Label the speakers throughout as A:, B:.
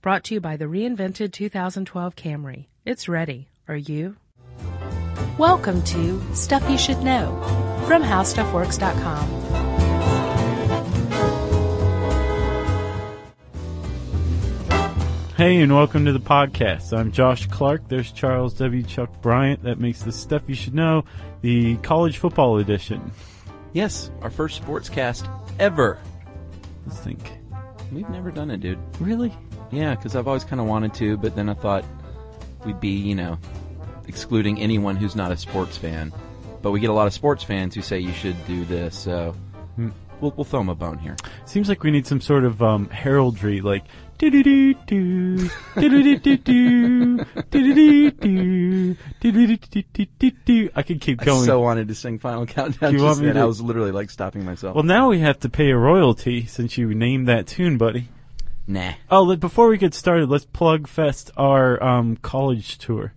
A: Brought to you by the reinvented 2012 Camry. It's ready. Are you? Welcome to Stuff You Should Know from HowStuffWorks.com.
B: Hey, and welcome to the podcast. I'm Josh Clark. There's Charles W. Chuck Bryant. That makes the stuff you should know, the college football edition.
C: Yes, our first sportscast ever.
B: Let's think.
C: We've never done it, dude.
B: Really?
C: Yeah, because I've always kind of wanted to, but then I thought we'd be, you know, excluding anyone who's not a sports fan. But we get a lot of sports fans who say you should do this, so
B: Hmm.
C: we'll, we'll throw them a bone here.
B: Seems like we need some sort of um, heraldry, like do do do do do do do do do do do do do do do. I could keep
C: I
B: going.
C: so wanted to sing Final Countdown
B: Do you
C: just
B: want me
C: then.
B: to-
C: I was literally like stopping myself.
B: Well, now we have to pay a royalty since you named that tune, buddy.
C: nah.
B: Oh, let- before we get started, let's plug fest our um, college tour.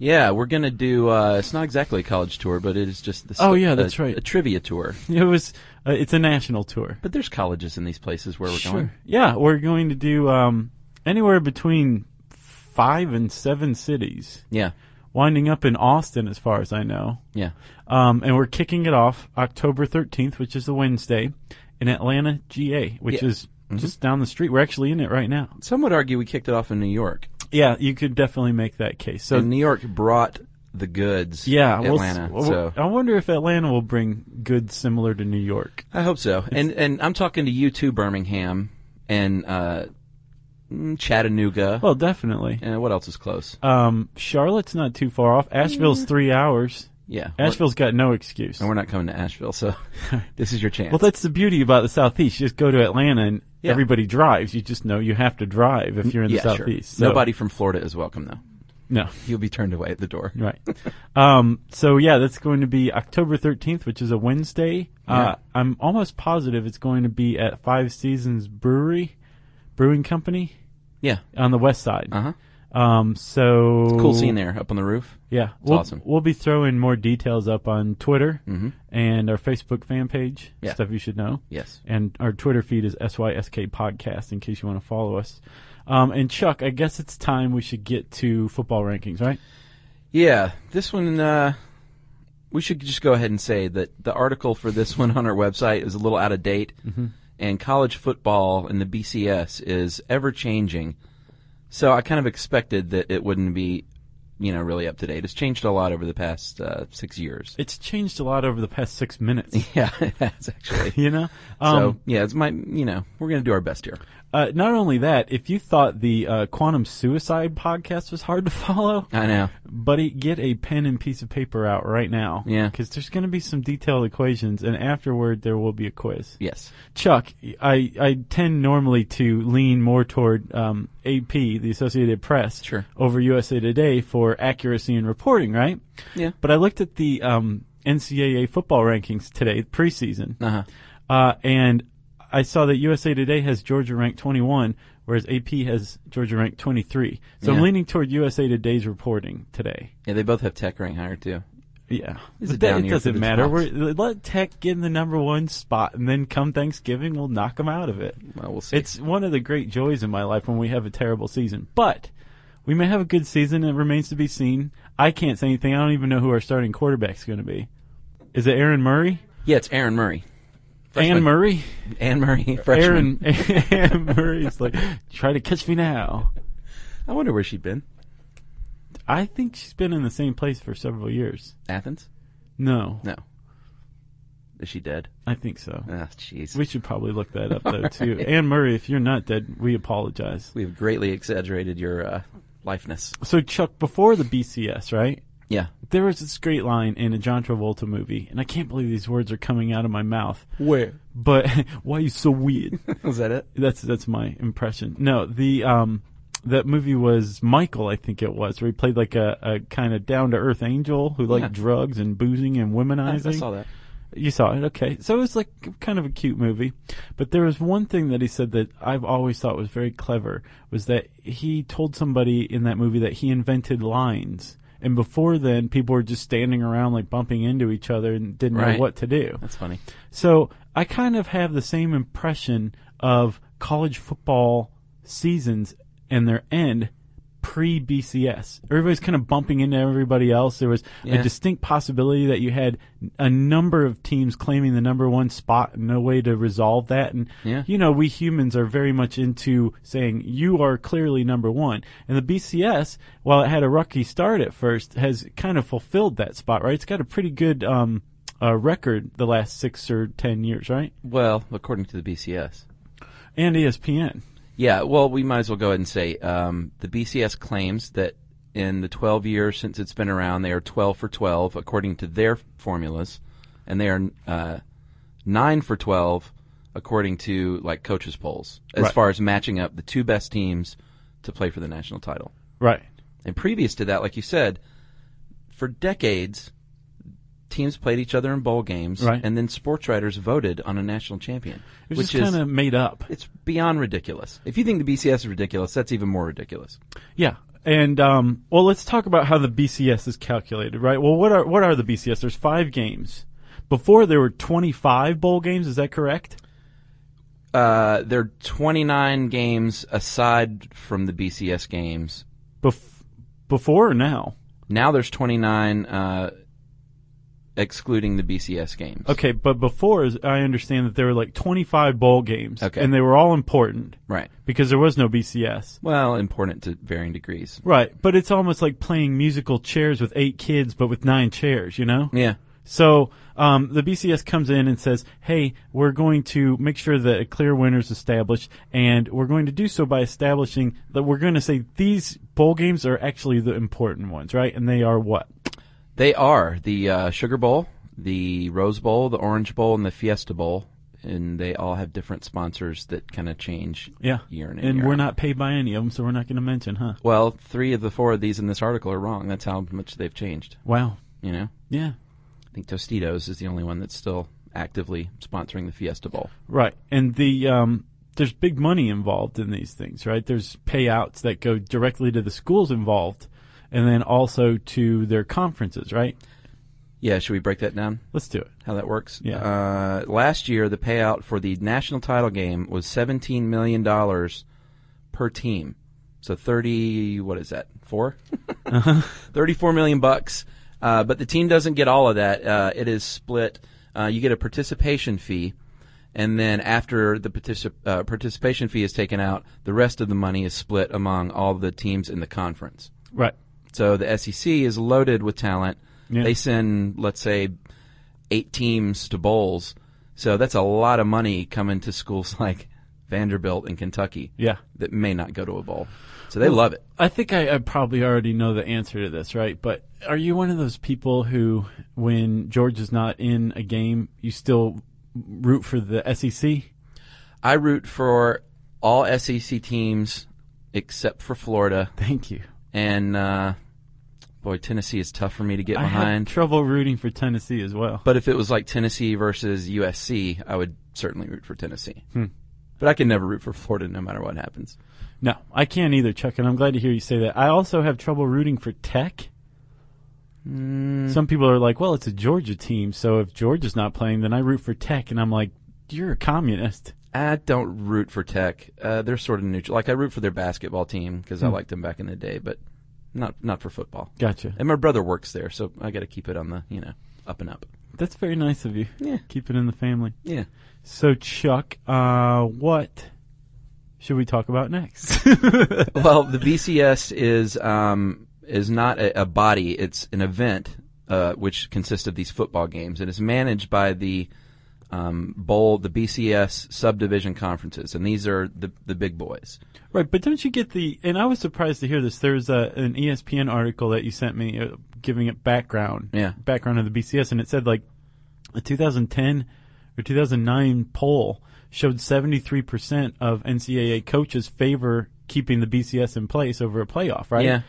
C: Yeah, we're gonna do. Uh, it's not exactly a college tour, but it is just the
B: Oh, yeah,
C: a-
B: that's right.
C: a trivia tour.
B: It was uh, it's a national tour.
C: But there's colleges in these places where we're going.
B: Yeah, we're going to do um, anywhere between five and seven cities,
C: Yeah,
B: winding up in Austin, as far as I know.
C: yeah.
B: Um, and we're kicking it off October 13th, which is a Wednesday, in Atlanta, GA, which
C: Yeah. Mm-hmm.
B: is just down the street. We're actually in it right now.
C: Some would argue we kicked it off in New York.
B: Yeah, you could definitely make that case. So,
C: And New York brought the goods.
B: yeah, we'll s-
C: Atlanta.
B: we'll-
C: so
B: I wonder if Atlanta will bring goods similar to New York.
C: I hope so. And and I'm talking to you too, Birmingham and uh, mm, Chattanooga.
B: Well, definitely.
C: and what else is close?
B: Um, Charlotte's not too far off. Asheville's three hours.
C: Yeah, we're-
B: Asheville's got no excuse.
C: and we're not coming to Asheville, so this is your chance.
B: Well, that's the beauty about the Southeast. You just go to Atlanta and
C: Yeah.
B: everybody drives. You just know you have to drive if you're in
C: yeah,
B: the
C: sure.
B: Southeast. So-
C: Nobody from Florida is welcome though.
B: No.
C: You'll be turned away at the door.
B: Right. um, so yeah, that's going to be October 13th, which is a Wednesday. Uh,
C: Yeah.
B: I'm almost positive it's going to be at Five Seasons Brewery, Brewing Company
C: Yeah.
B: on the west side.
C: Uh huh.
B: Um, so
C: Cool scene there, up on the roof.
B: Yeah. We'll,
C: awesome. Mm-hmm.
B: We'll be throwing more details up on Twitter and our Facebook fan page,
C: Yeah.
B: stuff you should know.
C: Yes.
B: And our Twitter feed is SYSK Podcast in case you want to follow us. Um, and Chuck, I guess it's time we should get to football rankings, right?
C: Yeah, this one. Uh, we should just go ahead and say that the article for this one on our website is a little out of date,
B: Mm-hmm.
C: and college football in the BCS is ever changing. So I kind of expected that it wouldn't be, you know, really up to date. It's changed a lot over the past uh, six years.
B: It's changed a lot over the past six minutes.
C: Yeah, it has actually.
B: You know,
C: so
B: um,
C: yeah, it's my. You know, we're gonna do our best here.
B: uh, not only that, if you thought the uh, Quantum Suicide podcast was hard to follow,
C: I know.
B: buddy, get a pen and piece of paper out right now.
C: Yeah.
B: because there's going to be some detailed equations, and afterward there will be a quiz.
C: Yes.
B: Chuck, I, I tend normally to lean more toward um, AP, the Associated Press,
C: Sure.
B: over USA Today for accuracy in reporting, right?
C: Yeah.
B: But I looked at the um, NCAA football rankings today, preseason,
C: Uh huh.
B: uh, and I saw that USA Today has Georgia ranked 21, whereas AP has Georgia ranked 23. So I'm
C: Yeah.
B: leaning toward USA Today's reporting today.
C: Yeah, they both have tech rank higher too.
B: Yeah, But
C: It's a
B: that,
C: down
B: it
C: year for
B: doesn't
C: the
B: matter.
C: Ducks.
B: We're, let Tech get in the number one spot, and then come Thanksgiving, we'll knock them out of it.
C: Well, we'll see.
B: It's one of the great joys in my life when we have a terrible season. But we may have a good season. It remains to be seen. I can't say anything. I don't even know who our starting quarterback's going to be. Is it Aaron Murray?
C: yeah, it's Aaron Murray.
B: Ann
C: Freshman.
B: Murray?
C: Anne Murray, freshman.
B: Aaron, Aaron Murray's like, try to catch me now.
C: I wonder where she'd been.
B: I think she's been in the same place for several years.
C: Athens?
B: No,
C: No. Is she dead?
B: I think so.
C: Ah, jeez.
B: We should probably look that up, though, too. Ann Murray, if you're not dead, we apologize.
C: We've greatly exaggerated your uh, lifeness.
B: So, Chuck, before the BCS, right?
C: Yeah.
B: There was this great line in a John Travolta movie, and I can't believe these words are coming out of my mouth.
C: Where?
B: But why are you so weird?
C: Was that it?
B: That's that's my impression. No, the um, that movie was Michael, I think it was, where he played like a, a kind of down to earth angel who liked
C: Yeah.
B: drugs and boozing and
C: I, I
B: womanizing.
C: saw that.
B: You saw it, okay. So it was like kind of a cute movie. But there was one thing that he said that I've always thought was very clever was that he told somebody in that movie that he invented lines. And before then, people were just standing around like bumping into each other and didn't know
C: Right.
B: what to do.
C: That's funny.
B: So I kind of have the same impression of college football seasons and their end pre BCS. Everybody's kind of bumping into everybody else. There was
C: Yeah.
B: a distinct possibility that you had a number of teams claiming the number one spot and no way to resolve that. And,
C: Yeah.
B: you know, we humans are very much into saying you are clearly number one. And the BCS, while it had a rocky start at first, has kind of fulfilled that spot, right? It's got a pretty good, um, uh, record the last six or ten years, right?
C: Well, according to the BCS.
B: And E ESPN.
C: Yeah, well, we might as well go ahead and say um, the BCS claims that in the 12 years since it's been around, they are 12 for 12 according to their formulas, and they are uh, 9 for 12 according to like coaches polls as
B: Right.
C: far as matching up the two best teams to play for the national title.
B: Right.
C: And previous to that, like you said, for decades, teams played each other in bowl games,
B: Right.
C: and then sports writers voted on a national champion,
B: It was
C: which
B: just
C: is
B: kind of made up.
C: it's beyond ridiculous. If you think the BCS is ridiculous, that's even more ridiculous.
B: Yeah. And um, well, let's talk about how the BCS is calculated, right? Well, what are what are the BCS? There's five games. Before there were 25 bowl games. Is that correct?
C: Uh, there are 29 games aside from the BCS games.
B: Bef- before or now?
C: Now there's 29 uh, excluding the BCS games.
B: Okay, but before, as I understand that there were like 25 bowl games,
C: Okay.
B: and they were all important
C: Right.
B: because there was no BCS.
C: Well, important to varying degrees.
B: Right, but it's almost like playing musical chairs with eight kids, but with nine chairs. You know?
C: Yeah.
B: So um, the BCS comes in and says, "Hey, we're going to make sure that a clear winner is established, and we're going to do so by establishing that we're going to say these bowl games are actually the important ones, right? And they are what?
C: They are the uh, Sugar Bowl, the Rose Bowl, the Orange Bowl, and the Fiesta Bowl, and they all have different sponsors that kind of change
B: Yeah,
C: year in and,
B: and
C: year
B: we're
C: out.
B: not paid by any of them, so we're not going to mention, huh?
C: Well, three of the four of these in this article are wrong. That's how much they've changed.
B: Wow.
C: You know,
B: Yeah.
C: I think Tostitos is the only one that's still actively sponsoring the Fiesta Bowl.
B: Right, and the um, there's big money involved in these things, right? There's payouts that go directly to the schools involved, and then also to their conferences, right?
C: Yeah, should we break that down?
B: Let's do it.
C: How that works?
B: Yeah.
C: Uh, last year, the payout for the national title game was seventeen million dollars per team. So thirty, what is that? 4 Thirty-four million bucks. Uh, but the team doesn't get all of that. Uh, it is split. Uh, you get a participation fee, and then after the particip- uh, participation fee is taken out, the rest of the money is split among all the teams in the conference.
B: Right.
C: So the SEC is loaded with talent.
B: Yeah.
C: They send, let's say, eight teams to bowls. So that's a lot of money coming to schools like Vanderbilt and Kentucky
B: Yeah.
C: that may not go to a bowl. So they love it.
B: I think I, I probably already know the answer to this, right? But are you one of those people who, when George is not in a game, you still root for the E SEC?
C: I root for all SEC teams except for Florida.
B: Thank you.
C: And, uh, boy, Tennessee is tough for me to get
B: I had
C: behind.
B: trouble rooting for Tennessee as well.
C: But if it was like Tennessee versus USC, I would certainly root for Tennessee.
B: Hmm.
C: But I can never root for Florida no matter what happens.
B: No, I can't either, Chuck, and I'm glad to hear you say that. I also have trouble rooting for Tech. Some people are like, well, it's a Georgia team, so if Georgia's not playing, then I root for Tech, and I'm like, you're a communist.
C: I don't root for Tech. Uh, they're sort of neutral. Like I root for their basketball team because
B: Hmm.
C: I liked them back in the day, but not not for football.
B: Gotcha.
C: And my brother works there, so I got to keep it on the you know up and up.
B: That's very nice of you.
C: Yeah.
B: Keep it in the family.
C: Yeah.
B: So, Chuck, uh, what should we talk about next?
C: well, the BCS is um, is not a, a body; it's an event uh, which consists of these football games, and is managed by the um, bowl, the BCS subdivision conferences, and these are the the big boys.
B: right, but don't you get the? And I was surprised to hear this. There's a, an E ESPN article that you sent me uh, giving it background,
C: Yeah.
B: background of the BCS, and it said like a 2010 or 2009 poll showed 73 percent of NCAA coaches favor keeping the BCS in place over a playoff. Right?
C: Yeah.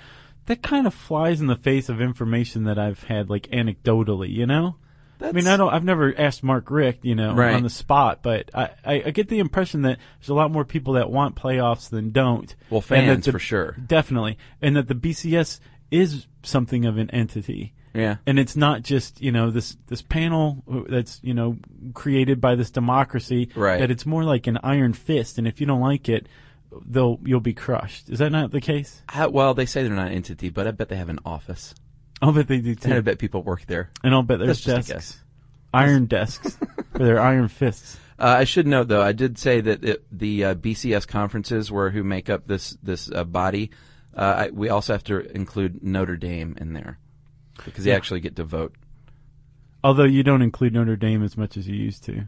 B: That kind of flies in the face of information that I've had, like anecdotally, you know. I mean,
C: That's-
B: I don't. I've never asked Mark Rick, you know,
C: Right.
B: on the spot, but I, I, I get the impression that there's a lot more people that want playoffs than don't.
C: Well,
B: And that
C: fans
B: the-
C: for sure.
B: definitely, and that the BCS is something of an entity,
C: Yeah.
B: and it's not just you know this this panel that's you know created by this democracy.
C: Right.
B: That it's more like an iron fist, and if you don't like it, they'll you'll be crushed. Is that not the case?
C: How, well, they say they're not an entity, but I bet they have an office.
B: I'll bet they do too.
C: And I bet people work there.
B: And I'll bet there's
C: That's just a
B: desks, iron desks for their iron fists.
C: Uh, I should note, though, I did say that it, the uh, BCS conferences were who make up this this uh, body. Uh, I, we also have to include Notre Dame in there because they actually get to vote.
B: Although you don't include Notre Dame as much as you used to.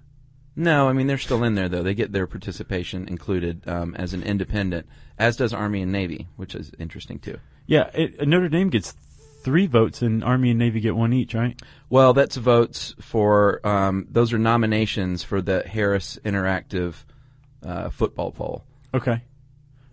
C: No, I mean they're still in there though. They get their participation included um, as an independent, as does Army and Navy, which is interesting too.
B: Yeah, it, Notre Dame gets three votes, and Army and Navy get one each, right?
C: Well, that's votes for um, those are nominations for the Harris Interactive uh, football poll.
B: Okay.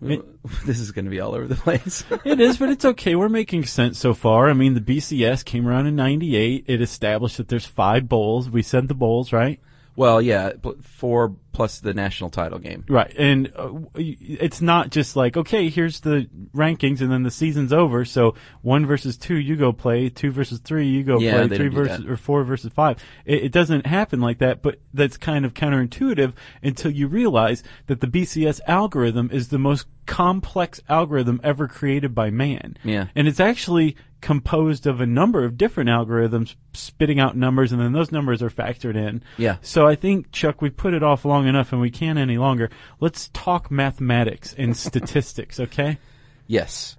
B: Me-
C: this is going to be all over the place.
B: It is, but it's okay. We're making sense so far. I mean, the BCS came around in 98. It established that there's five bowls. We said the bowls, right?
C: well, yeah, pl- four plus the national title game.
B: Right. And uh, w- it's not just like, okay, here's the rankings and then the season's over. So one versus two, you go play. Two versus three, you go
C: Yeah,
B: play.
C: they
B: Three
C: don't do
B: versus,
C: that.
B: or four versus five. It, it doesn't happen like that, but that's kind of counterintuitive until you realize that the BCS algorithm is the most complex algorithm ever created by man.
C: Yeah.
B: And it's actually composed of a number of different algorithms spitting out numbers and then those numbers are factored in.
C: Yeah.
B: So I think, Chuck, we put it off long enough and we can't any longer. Let's talk mathematics and statistics, okay?
C: Yes.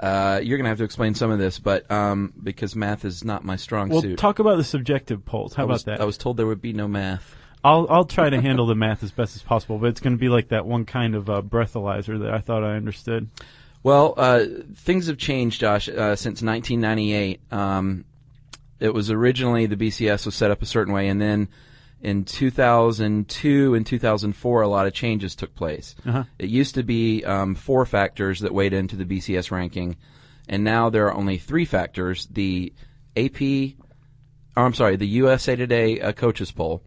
C: Uh, you're going to have to explain some of this, but um, because math is not my strong
B: Well,
C: suit.
B: talk about the subjective polls. How
C: I
B: about
C: was,
B: that?
C: I was told there would be no math.
B: I'll, I'll try to handle the math as best as possible, but it's going to be like that one kind of uh, breathalyzer that I thought I understood.
C: Well, uh, things have changed, Josh, uh, since 1998. Um, it was originally the BCS was set up a certain way, and then in 2002 and 2004, a lot of changes took place. It used to be um, four factors that weighed into the BCS ranking, and now there are only three factors: the AP, or I'm sorry, the USA Today uh, coaches poll.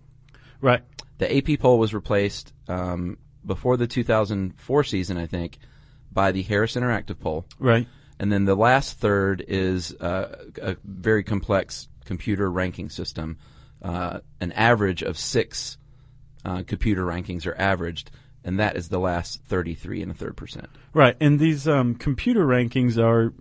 B: Right.
C: The AP poll was replaced um, before the 2004 season, I think, by the Harris Interactive poll.
B: Right.
C: And then the last third is uh, a very complex computer ranking system. Uh, an average of six uh, computer rankings are averaged, and that is the last 33 and a third percent.
B: Right, and these um, computer rankings are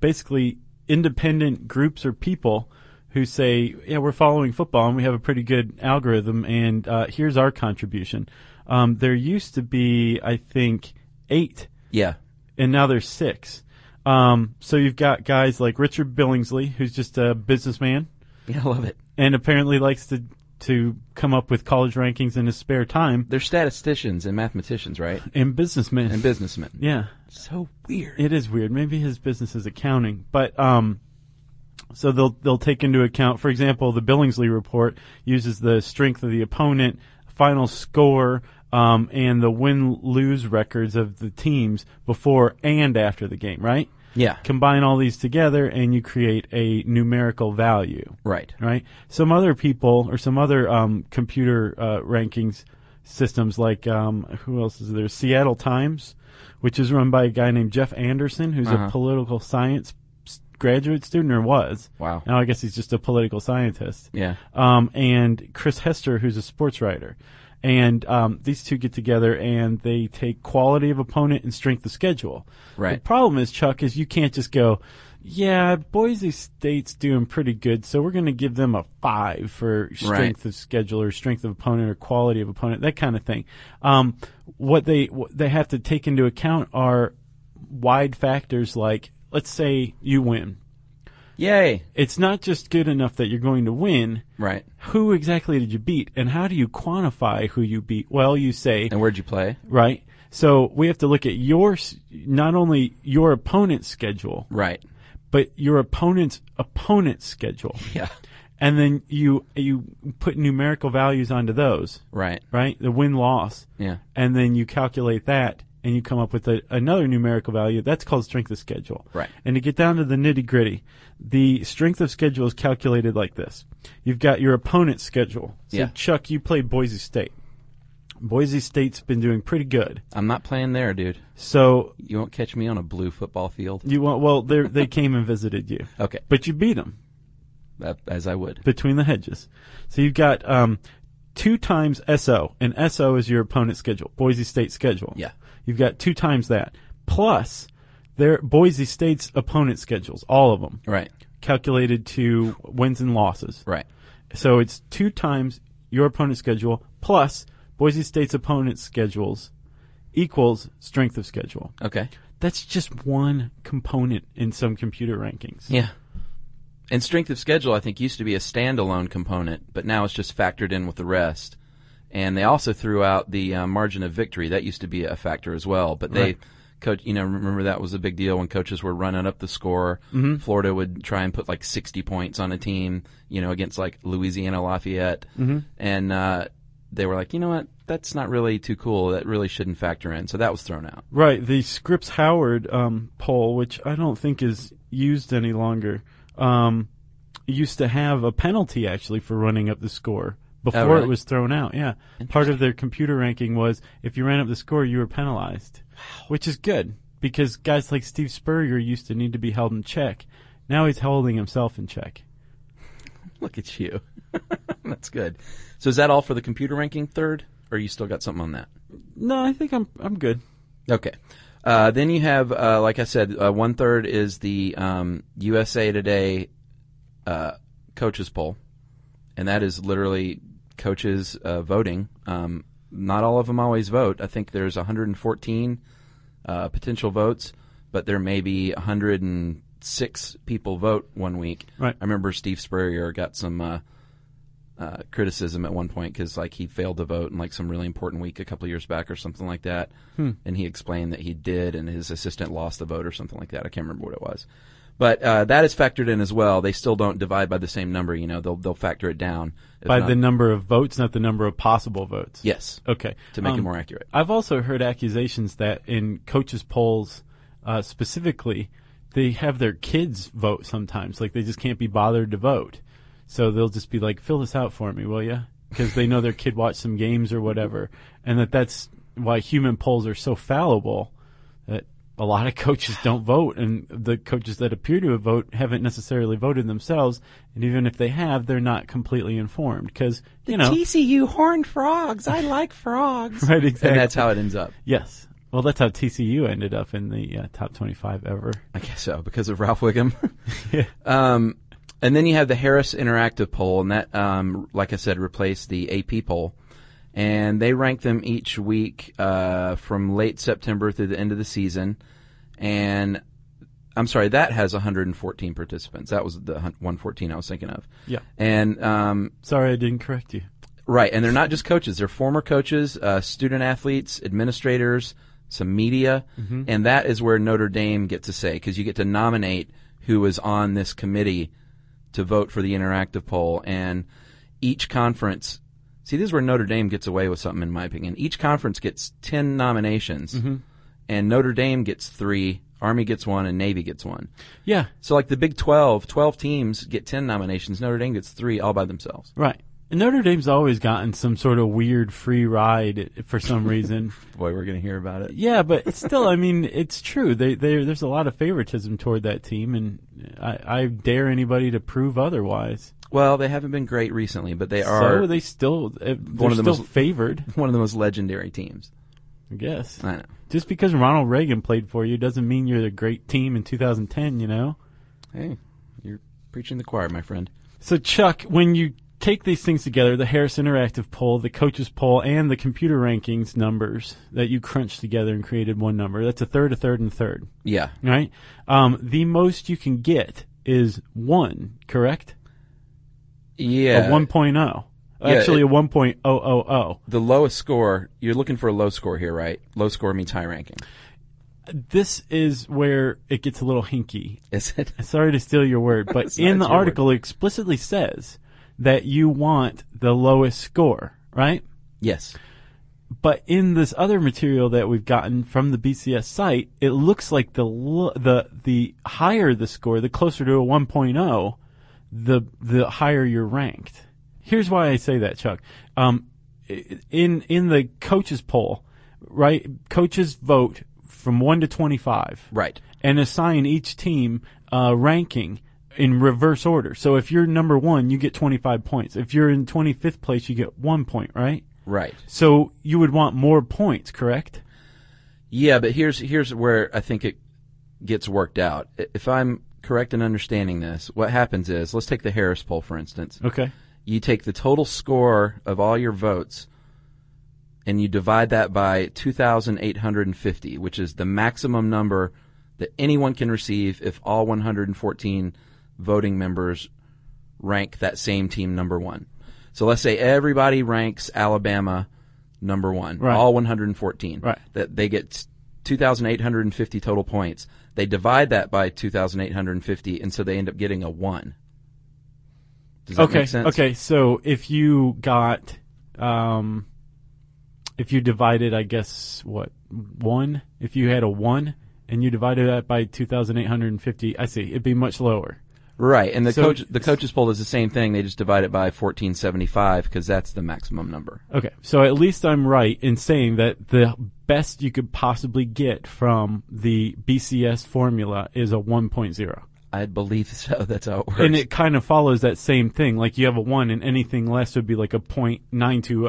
B: basically independent groups or people who say, "Yeah, we're following football, and we have a pretty good algorithm, and uh, here's our contribution." Um, there used to be, I think, eight,
C: Yeah.
B: and now there's six. Um, so you've got guys like Richard Billingsley, who's just a businessman
C: Yeah, I love it.
B: and apparently likes to to come up with college rankings in his spare time,
C: They're statisticians and mathematicians, right?
B: and businessmen.
C: And businessmen.
B: yeah.
C: So weird.
B: It is weird. Maybe his business is accounting, but um, so they'll they'll take into account, for example, the Billingsley report uses the strength of the opponent, final score, um, and the win lose records of the teams before and after the game. Right?
C: Yeah.
B: Combine all these together, and you create a numerical value
C: Right.
B: right? Some other people or some other um, computer uh, rankings systems, like um, who else is there? Seattle Times, which is run by a guy named Jeff Anderson, who's a political science s- graduate student or was.
C: Wow.
B: Now I guess he's just a political scientist.
C: Yeah.
B: Um, and Chris Hester, who's a sports writer. And um, these two get together and they take quality of opponent and strength of schedule.
C: Right.
B: The problem is, Chuck, is you can't just go, yeah, Boise State's doing pretty good, so we're going to give them a five for strength of schedule or strength of opponent or quality of opponent, that kind of thing. Um, what they what they have to take into account are wide factors like, let's say you win.
C: Yay.
B: It's not just good enough that you're going to win.
C: Right.
B: Who exactly did you beat, and how do you quantify who you beat? Well, you say
C: And where'd you play?
B: right. So we have to look at your s- not only your opponent's schedule,
C: Right.
B: but your opponent's opponent's schedule,
C: Yeah.
B: and then you you put numerical values onto those,
C: Right.
B: right? The win loss,
C: Yeah.
B: and then you calculate that, and you come up with a, another numerical value. That's called strength of schedule,
C: Right.
B: And to get down to the nitty gritty, the strength of schedule is calculated like this: you've got your opponent's schedule. So
C: Yeah.
B: Chuck, you played Boise State. Boise State's been doing pretty good,
C: I'm not playing there, dude.
B: so
C: You won't catch me on a blue football field.
B: you want well they they came and visited you,
C: Okay.
B: but you beat them.
C: Uh, as I would.
B: between the hedges. So you've got um, two times SO, and SO is your opponent's schedule, Boise State schedule.
C: Yeah.
B: You've got two times that. Plus, their Boise State's opponent schedules, all of them,
C: Right.
B: calculated to wins and losses.
C: Right.
B: So it's two times your opponent's schedule plus Boise State's opponent's schedules equals strength of schedule.
C: Okay.
B: That's just one component in some computer rankings.
C: Yeah. And strength of schedule, I think, used to be a standalone component, but now it's just factored in with the rest. And they also threw out the uh, margin of victory. That used to be a factor as well. But they,
B: Right.
C: coach, you know, remember that was a big deal when coaches were running up the score. Florida would try and put like 60 points on a team, you know, against like Louisiana Lafayette. And uh, they were like, you know what? That's not really too cool. That really shouldn't factor in. So that was thrown out.
B: Right, the Scripps Howard um, poll, which I don't think is used any longer, um, used to have a penalty actually for running up the score before
C: really?
B: it was thrown out. Yeah, part of their computer ranking was if you ran up the score, you were penalized, which is good because guys like Steve Spurrier used to need to be held in check. Now he's holding himself in check.
C: Look at you. That's good. So is that all for the computer ranking third, or you still got something on that?
B: No, I think I'm I'm good.
C: Okay. Uh, then you have, uh, like I said, uh, one third is the um, USA Today uh, coaches poll, and that is literally coaches uh, voting. Um, not all of them always vote. I think there's 114 uh, potential votes, but there may be 106 people vote one week.
B: Right.
C: I remember Steve Spurrier got some uh, uh, criticism at one point because like he failed to vote in like some really important week a couple of years back or something like that,
B: Hmm.
C: and he explained that he did, and his assistant lost the vote or something like that. I can't remember what it was, but uh, that is factored in as well. They still don't divide by the same number. You know, they'll they'll factor it down if
B: By
C: not-
B: the number of votes, not the number of possible votes.
C: yes
B: Okay.
C: to make it
B: Um,
C: more accurate.
B: I've also heard accusations that in coaches' polls, uh, specifically, they have their kids vote sometimes. Like they just can't be bothered to vote, so they'll just be like, "Fill this out for me, will you?" Because they know their kid watched some games or whatever, and that that's why human polls are so fallible that a lot of coaches don't vote, and the coaches that appear to vote haven't necessarily voted themselves, and even if they have, they're not completely informed because you know,
C: TCU E horned frogs. I like frogs.
B: right? Exactly.
C: And that's how it ends up.
B: Yes. Well, that's how TCU ended up in the uh, top 25 ever.
C: I guess so, because of Ralph Wiggum. um, and then you have the Harris Interactive poll, and that, um, like I said, replaced the AP poll. And they rank them each week uh, from late September through the end of the season. And I'm sorry, that has 114 participants. That was the hun- 114 I was thinking of.
B: Yeah.
C: And um,
B: Sorry, I didn't correct you.
C: Right, and they're not just coaches; they're former coaches, uh, student athletes, administrators, some media, and that is where Notre Dame gets to say because you get to nominate who is on this committee to vote for the interactive poll, and each conference. See, this is where Notre Dame gets away with something, in my opinion. Each conference gets ten nominations, and Notre Dame gets three, Army gets one, and Navy gets one.
B: Yeah.
C: So, like the Big 12, 12 teams get ten nominations. Notre Dame gets three all by themselves.
B: Right. And Notre Dame's always gotten some sort of weird free ride for some reason.
C: Boy, we're going to hear about it.
B: yeah, but still, I mean, it's true. They, they, there's a lot of favoritism toward that team, and I, I dare anybody to prove otherwise.
C: Well, they haven't been great recently, but they are
B: so they still, uh, they're
C: One of the
B: still
C: most-
B: favored,
C: one of the most legendary teams.
B: I guess.
C: I know.
B: Just because Ronald Reagan played for you doesn't mean you're a great team in 2010, you know?
C: Hey, you're preaching the choir, my friend.
B: So, Chuck, when you take these things together the Harris Interactive poll, the coaches poll, and the computer rankings numbers that you crunched together and created one number that's a third, a third, and a third,
C: Yeah.
B: right? Um, the most you can get is one, correct?
C: Yeah.
B: A 1.0.
C: Yeah,
B: Actually,
C: it-
B: a 1.000.
C: the lowest score, you're looking for a low score here, right? Low score means high ranking.
B: This is where it gets a little hinky.
C: Is it?
B: Sorry to steal your word, but
C: It's
B: in
C: not
B: the
C: your
B: article, it explicitly says that you want the lowest score, right?
C: Yes.
B: but in this other material that we've gotten from the BCS site, it looks like the lo- the the higher the score, the closer to a 1.0, the the higher you're ranked. Here's why I say that, Chuck. Um, i- in in the coaches poll, right? Coaches vote from one to 25
C: Right.
B: and assign each team uh, ranking in reverse order. So if you're number one, you get 25 points. If you're in 25th place, you get one point, right?
C: Right.
B: So you would want more points, correct?
C: Yeah, but here's here's where I think it gets worked out. I- If I'm correct in understanding this, what happens is, let's take the Harris poll for instance.
B: Okay.
C: You take the total score of all your votes and you divide that by 2850, which is the maximum number that anyone can receive if all 114 voting members rank that same team number 1. So let's say everybody ranks Alabama number 1,
B: Right.
C: all 114.
B: Right.
C: That they get 2850 total points. They divide that by 2850 and so they end up getting a 1. Does that
B: okay.
C: make sense?
B: Okay. So if you got, um, if you divided, I guess what one? If you had a one and you divided that by two thousand eight hundred and fifty, I see it'd be much lower.
C: Right, and the
B: So-
C: coach the coaches poll is the same thing. They just divide it by fourteen seventy five because that's the maximum number.
B: Okay, so at least I'm right in saying that the best you could possibly get from the BCS formula is a 1.0.
C: I believe so. That's how it works.
B: And it kind of follows that same thing. Like you have a 1 and anything less would be like a 0.920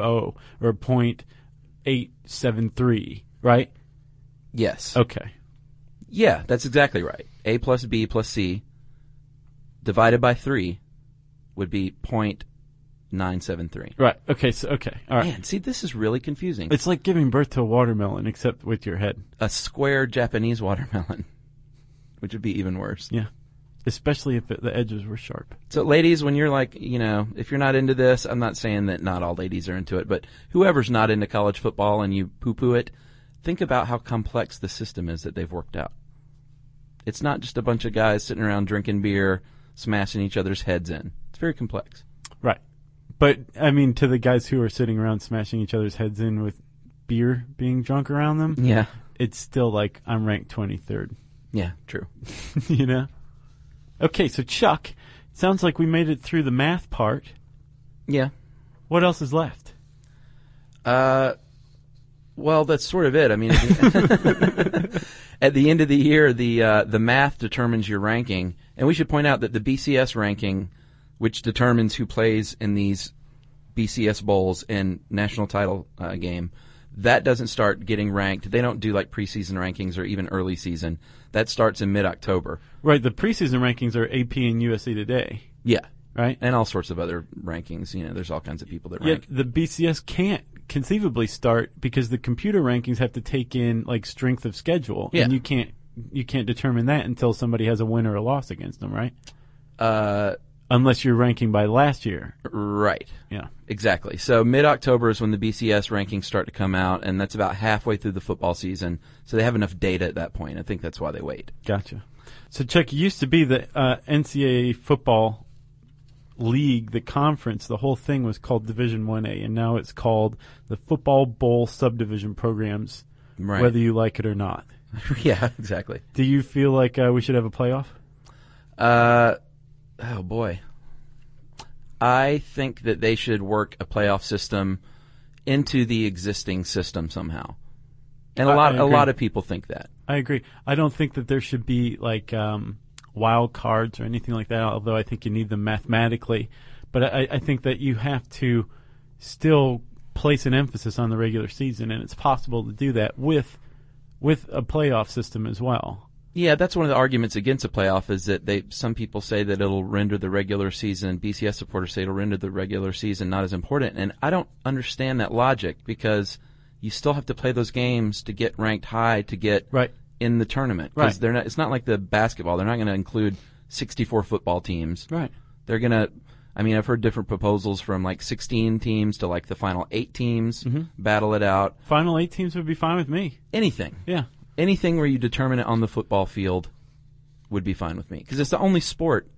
B: or 0.873, right?
C: yes.
B: Okay.
C: Yeah, that's exactly right. A plus B plus C divided by three would be point nine seven three.
B: Right. Okay, so okay. All right.
C: Man, see, this is really confusing.
B: It's like giving birth to a watermelon except with your head.
C: a square Japanese watermelon, which would be even worse.
B: Yeah. Especially if it, the edges were sharp.
C: So, ladies, when you're like, you know, if you're not into this, I'm not saying that not all ladies are into it, but whoever's not into college football and you poo poo it, think about how complex the system is that they've worked out. It's not just a bunch of guys sitting around drinking beer, smashing each other's heads in. It's very complex.
B: Right. But I mean, to the guys who are sitting around smashing each other's heads in with beer being drunk around them,
C: Yeah.
B: it's still like I'm ranked 23rd.
C: Yeah, true.
B: you know. Okay, so Chuck, sounds like we made it through the math part.
C: Yeah.
B: What else is left?
C: Uh, well, that's sort of it. I mean, at the, at the end of the year, the uh, the math determines your ranking, and we should point out that the BCS ranking, which determines who plays in these BCS bowls and national title uh, game, that doesn't start getting ranked. They don't do like preseason rankings or even early season. That starts in mid October.
B: Right, the preseason rankings are AP and USA Today,
C: Yeah,
B: right?
C: and all sorts of other rankings. You know, there's all kinds of people that
B: Yet
C: rank.
B: the BCS can't conceivably start because the computer rankings have to take in like strength of schedule,
C: Yeah.
B: and you can't you can't determine that until somebody has a win or a loss against them, right?
C: Uh,
B: Unless you're ranking by last year.
C: right.
B: Yeah.
C: Exactly. So mid October is when the BCS rankings start to come out, and that's about halfway through the football season. So they have enough data at that point. I think that's why they wait.
B: Gotcha. So, Chuck, it used to be the uh, NCAA football league, the conference, the whole thing was called Division One A, and now it's called the Football Bowl Subdivision Programs,
C: Right.
B: whether you like it or not.
C: yeah, exactly.
B: Do you feel like uh, we should have a playoff?
C: Uh, oh boy. I think that they should work a playoff system into the existing system somehow. And a
B: I-
C: lot,
B: I
C: a
B: agree.
C: lot of people think that.
B: I agree. I don't think that there should be like um, wild cards or anything like that. Although I think you need them mathematically, but I, I think that you have to still place an emphasis on the regular season, and it's possible to do that with with a playoff system as well.
C: Yeah, that's one of the arguments against a playoff is that they some people say that it'll render the regular season. BCS supporters say it'll render the regular season not as important, and I don't understand that logic because you still have to play those games to get ranked high to get
B: Right.
C: in the tournament. 'Cause
B: Right.
C: They're not. It's not like the basketball. They're not going to include 64 football teams.
B: Right.
C: They're going to. I mean, I've heard different proposals from like 16 teams to like the final eight teams
B: Mm-hmm.
C: battle it out.
B: Final eight teams would be fine with me.
C: Anything
B: Yeah.
C: anything where you determine it on the football field would be fine with me because it's the only sport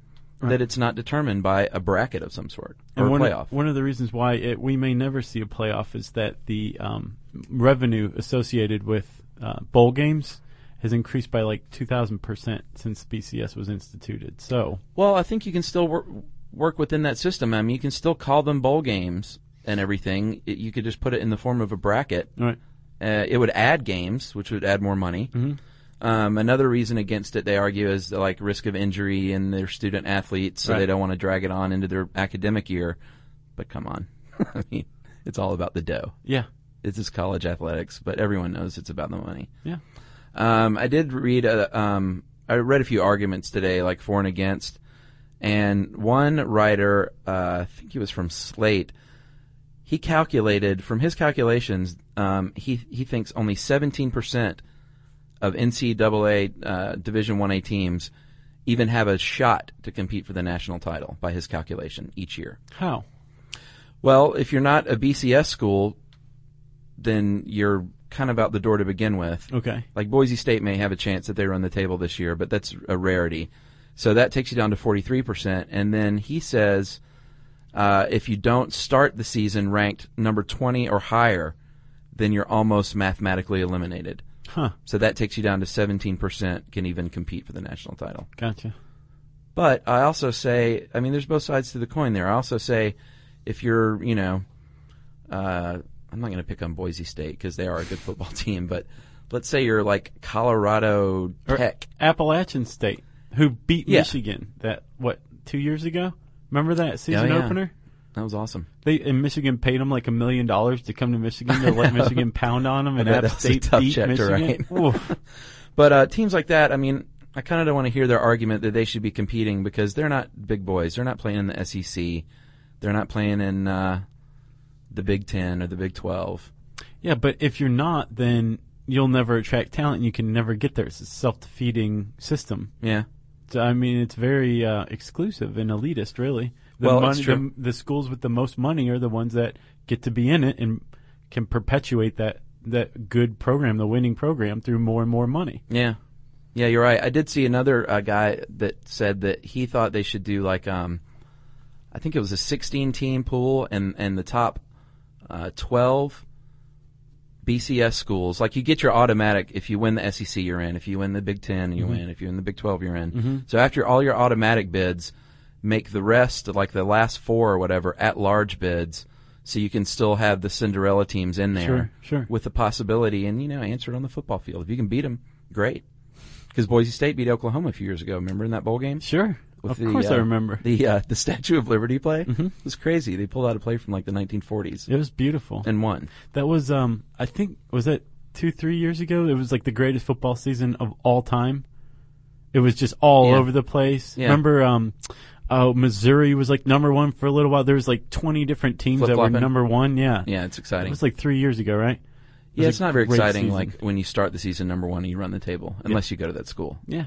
C: that it's not determined by a bracket of some sort or
B: And
C: a
B: one,
C: playoff.
B: one of the reasons why it, we may never see a playoff is that the um, revenue associated with uh, bowl games has increased by like 2,000% since BCS was instituted. So,
C: well, I think you can still work, work within that system. I mean, you can still call them bowl games and everything. It, you could just put it in the form of a bracket.
B: all right.
C: Uh, it would add games, which would add more money.
B: Mm-hmm.
C: Um, another reason against it, they argue, is the, like risk of injury and their student athletes, so
B: Right.
C: they don't want to drag it on into their academic year. But come on, I mean, it's all about the dough.
B: Yeah.
C: This is college athletics, but everyone knows it's about the money.
B: Yeah.
C: Um, I did read a, um, I read a few arguments today, like for and against, and one writer, uh, I think he was from Slate, he calculated from his calculations, um, he he thinks only 17 percent of NCAA uh, Division One A teams even have a shot to compete for the national title by his calculation each year.
B: How?
C: Well, if you're not a BCS school, then you're kind of out the door to begin with.
B: Okay.
C: Like Boise State may have a chance that they run the table this year, but that's a rarity. So that takes you down to 43%. And then he says uh, if you don't start the season ranked number 20 or higher, then you're almost mathematically eliminated.
B: Huh.
C: So that takes you down to 17% can even compete for the national title.
B: Gotcha.
C: But I also say, I mean, there's both sides to the coin there. I also say, if you're, you know, uh, I'm not going to pick on Boise State because they are a good football team, but let's say you're like Colorado
B: Or
C: Tech.
B: Appalachian State, who beat
C: Yeah.
B: Michigan that what two years ago? Remember that season
C: yeah.
B: opener?
C: That was awesome.
B: They and Michigan paid them like a million dollars to come to Michigan to let Michigan pound on them, and
C: bet
B: App
C: that was a
B: State
C: tough
B: beat
C: check to
B: Michigan. Oof.
C: But uh, teams like that, I mean, I kind of don't want to hear their argument that they should be competing because they're not big boys. They're not playing in the SEC. They're not playing in uh, the Big Ten or the Big Twelve.
B: Yeah, but if you're not, then you'll never attract talent, and you can never get there. It's a self-defeating system.
C: Yeah.
B: So, I mean, it's very uh, exclusive and elitist, really. The
C: Well,
B: money,
C: it's true.
B: The, the schools with the most money are the ones that get to be in it and can perpetuate that that good program, the winning program, through more and more money.
C: Yeah, yeah, you're right. I did see another uh, guy that said that he thought they should do like, um, I think it was a 16 team pool, and and the top uh, 12 BCS schools. Like you get your automatic if you win the SEC, you're in. If you win the Big Ten, you win. If you win the Big 12, you're in. So after all your automatic bids, make the rest like the last four or whatever at large bids. So you can still have the Cinderella teams in there,
B: Sure, sure.
C: with the possibility, and you know, answer it on the football field. If you can beat them, great. Because Boise State beat Oklahoma a few years ago. Remember in that bowl game?
B: Sure,
C: With
B: of
C: the,
B: course I
C: uh,
B: remember.
C: The uh, the Statue of Liberty play
B: Mm-hmm.
C: it was crazy. They pulled out a play from like the 1940s
B: It was beautiful.
C: and won.
B: That was, um, I think, was that two, three years ago? It was like the greatest football season of all time. It was just all
C: Yeah.
B: over the place.
C: Yeah.
B: Remember, um, oh, Missouri was like number one for a little while. There was like 20 different teams that were
C: Flip-flopping.
B: number one. Yeah.
C: Yeah, it's
B: It
C: exciting.
B: was like three years ago, right?
C: yeah,
B: was
C: it's
B: a
C: not very
B: great
C: exciting
B: season.
C: like when you start the season number one and you run the table, unless you go to that school.
B: Yeah.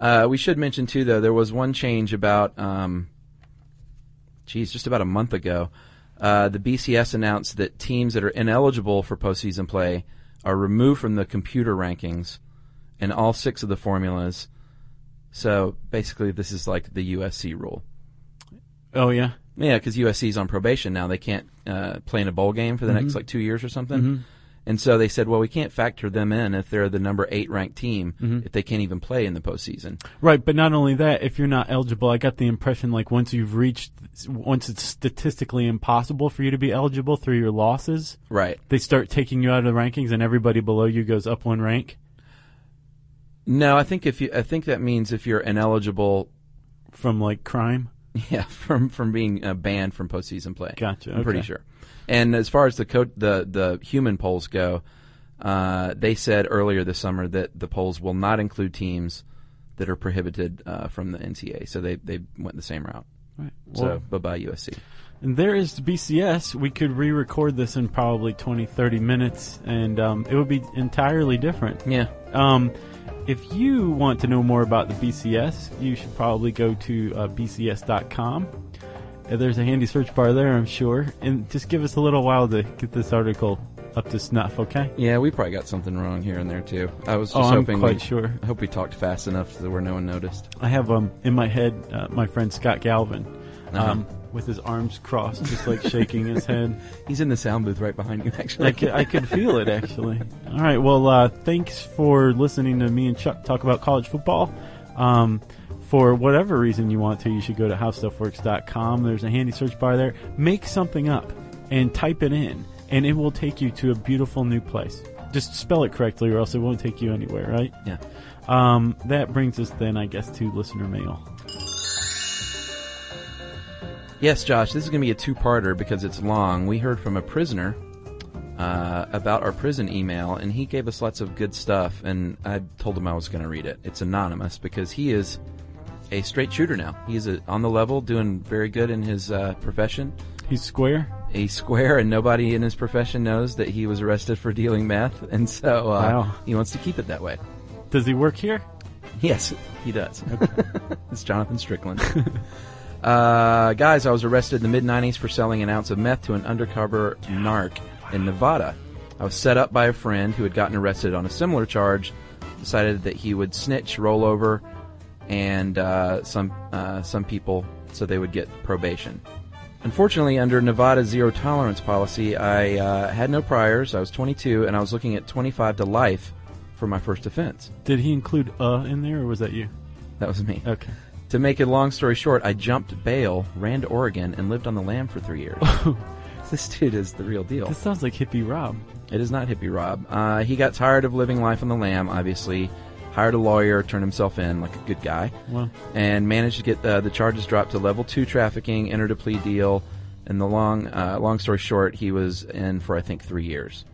C: Uh, we should mention too, though, there was one change about, um, geez, just about a month ago. Uh, the BCS announced that teams that are ineligible for postseason play are removed from the computer rankings in all six of the formulas. So basically, this is like the USC rule.
B: Oh, yeah.
C: Yeah, because USC's on probation now; they can't uh, play in a bowl game for the next like two years or something. And so they said, "Well, we can't factor them in if they're the number eight ranked team if they can't even play in the postseason."
B: Right, but not only that, if you're not eligible, I got the impression like once you've reached, once it's statistically impossible for you to be eligible through your losses,
C: Right?
B: they start taking you out of the rankings and everybody below you goes up one rank.
C: No, I think if you, I think that means if you're ineligible,
B: from like crime.
C: yeah, from from being uh, banned from postseason play.
B: Gotcha,
C: I'm pretty
B: okay.
C: sure. And as far as the co- the the human polls go, uh, they said earlier this summer that the polls will not include teams that are prohibited uh, from the NCAA. So they they went the same route.
B: Right.
C: So bye bye USC.
B: and there is BCS. We could re-record this in probably 20, 30 minutes, and um, it would be entirely different.
C: Yeah.
B: Um, if you want to know more about the BCS, you should probably go to uh, bcs.com. Uh, There's a handy search bar there, I'm sure. And just give us a little while to get this article up to snuff, okay?
C: Yeah, we probably got something wrong here and there too. I was just
B: Oh, I'm
C: hoping
B: quite
C: we-
B: sure.
C: I hope we talked fast enough so where no one noticed.
B: I have um, in my head uh, my friend Scott Galvin um,
C: Uh-huh.
B: with his arms crossed, just like shaking his head.
C: He's in the sound booth right behind you actually.
B: I could, I could feel it actually. All right. Well, uh, thanks for listening to me and Chuck talk about college football. Um, for whatever reason you want to, you should go to howstuffworks.com. There's a handy search bar there. Make something up and type it in, and it will take you to a beautiful new place. Just spell it correctly, or else it won't take you anywhere, right?
C: yeah.
B: Um, that brings us then, I guess, to listener mail.
C: Yes, Josh, this is going to be a two-parter because it's long. We heard from a prisoner uh, uh, about our prison email, and he gave us lots of good stuff. And I told him I was going to read it. It's anonymous because he is a straight shooter now. He's a, on the level, doing very good in his uh, profession.
B: He's square.
C: He's square, and nobody in his profession knows that he was arrested for dealing meth, and so uh,
B: Wow.
C: he wants to keep it that way.
B: Does he work here?
C: Yes, he does. it's Jonathan Strickland. uh, guys, I was arrested in the mid 90s for selling an ounce of meth to an undercover narc in Nevada. I was set up by a friend who had gotten arrested on a similar charge, decided that he would snitch, roll over, and uh, some, uh, some people so they would get probation. Unfortunately, under Nevada's zero tolerance policy, I uh, had no priors. I was 22 and I was looking at 25 to life for my first offense.
B: Did he include uh in there, or was that you?
C: That was me.
B: Okay.
C: To make a long story short, I jumped bail, ran to Oregon, and lived on the lam for three years. this dude is the real deal.
B: This sounds like hippie Rob.
C: It is not hippie Rob. Uh, he got tired of living life on the lam, obviously, hired a lawyer, turned himself in like a good guy,
B: Well,
C: and managed to get uh, the charges dropped to level two trafficking, entered a plea deal, and the long, uh, long story short, he was in for I think three years.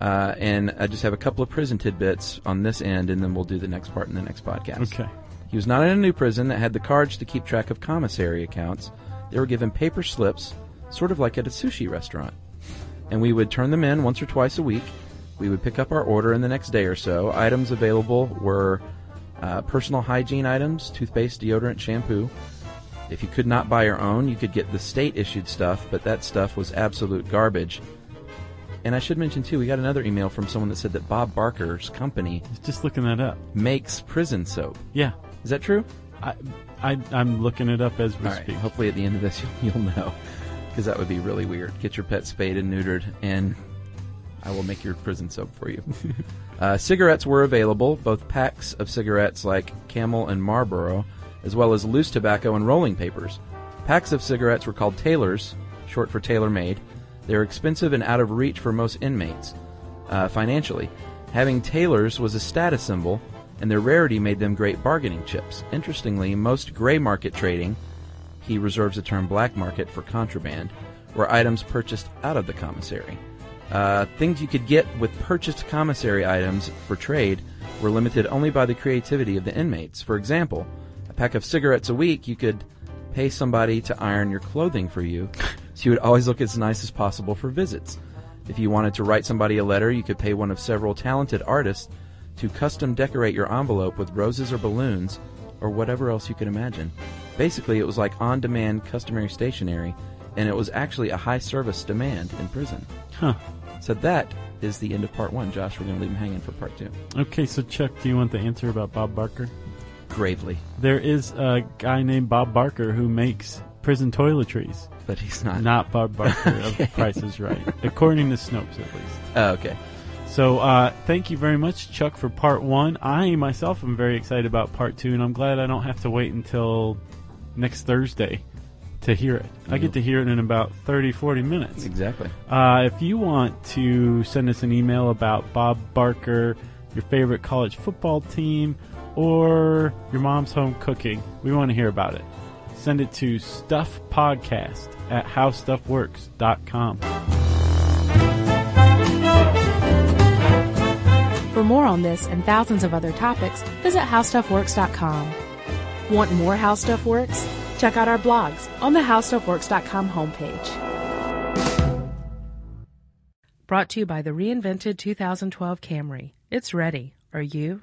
C: Uh, and I just have a couple of prison tidbits on this end, and then we'll do the next part in the next podcast.
B: okay.
C: He was not in a new prison that had the cards to keep track of commissary accounts. They were given paper slips, sort of like at a sushi restaurant. And we would turn them in once or twice a week. We would pick up our order in the next day or so. Items available were uh, personal hygiene items, toothpaste, deodorant, shampoo. If you could not buy your own, you could get the state issued stuff, but that stuff was absolute garbage. And I should mention, too, we got another email from someone that said that Bob Barker's company
B: I was Just looking that up.
C: makes prison soap.
B: Yeah.
C: Is that true?
B: I, I I'm looking it up as we
C: All right.
B: speak.
C: Hopefully, at the end of this, you'll, you'll know, because that would be really weird. Get your pet spayed and neutered, and I will make your prison soap for you. uh, cigarettes were available, both packs of cigarettes like Camel and Marlboro, as well as loose tobacco and rolling papers. Packs of cigarettes were called Taylors, short for Tailor Made. They were expensive and out of reach for most inmates uh, financially. Having tailors was a status symbol, and their rarity made them great bargaining chips. Interestingly, most gray market trading he reserves the term black market for contraband, were items purchased out of the commissary. Uh, things you could get with purchased commissary items for trade were limited only by the creativity of the inmates. For example, a pack of cigarettes a week, you could pay somebody to iron your clothing for you, so you would always look as nice as possible for visits. If you wanted to write somebody a letter, you could pay one of several talented artists to custom decorate your envelope with roses or balloons or whatever else you could imagine. Basically, it was like on demand customary stationery, and it was actually a high service demand in prison.
B: Huh.
C: So that is the end of part one, Josh. We're going to leave him hanging for part two.
B: Okay. So Chuck, do you want the answer about Bob Barker?
C: Gravely.
B: There is a guy named Bob Barker who makes prison toiletries.
C: But he's not.
B: Not Bob Barker of Price is Right, according to Snopes at least.
C: Oh, okay.
B: So uh, thank you very much, Chuck, for part one. I myself am very excited about part two, and I'm glad I don't have to wait until next Thursday to hear it. I get to hear it in about 30, 40 minutes.
C: Exactly.
B: Uh, if you want to send us an email about Bob Barker, your favorite college football team, or your mom's home cooking, we want to hear about it. Send it to stuffpodcast at howstuffworks.com.
A: For more on this and thousands of other topics, visit howstuffworks.com. Want more How Stuff Works? Check out our blogs on the howstuffworks.com homepage. Brought to you by the reinvented 2012 Camry. It's ready. Are you?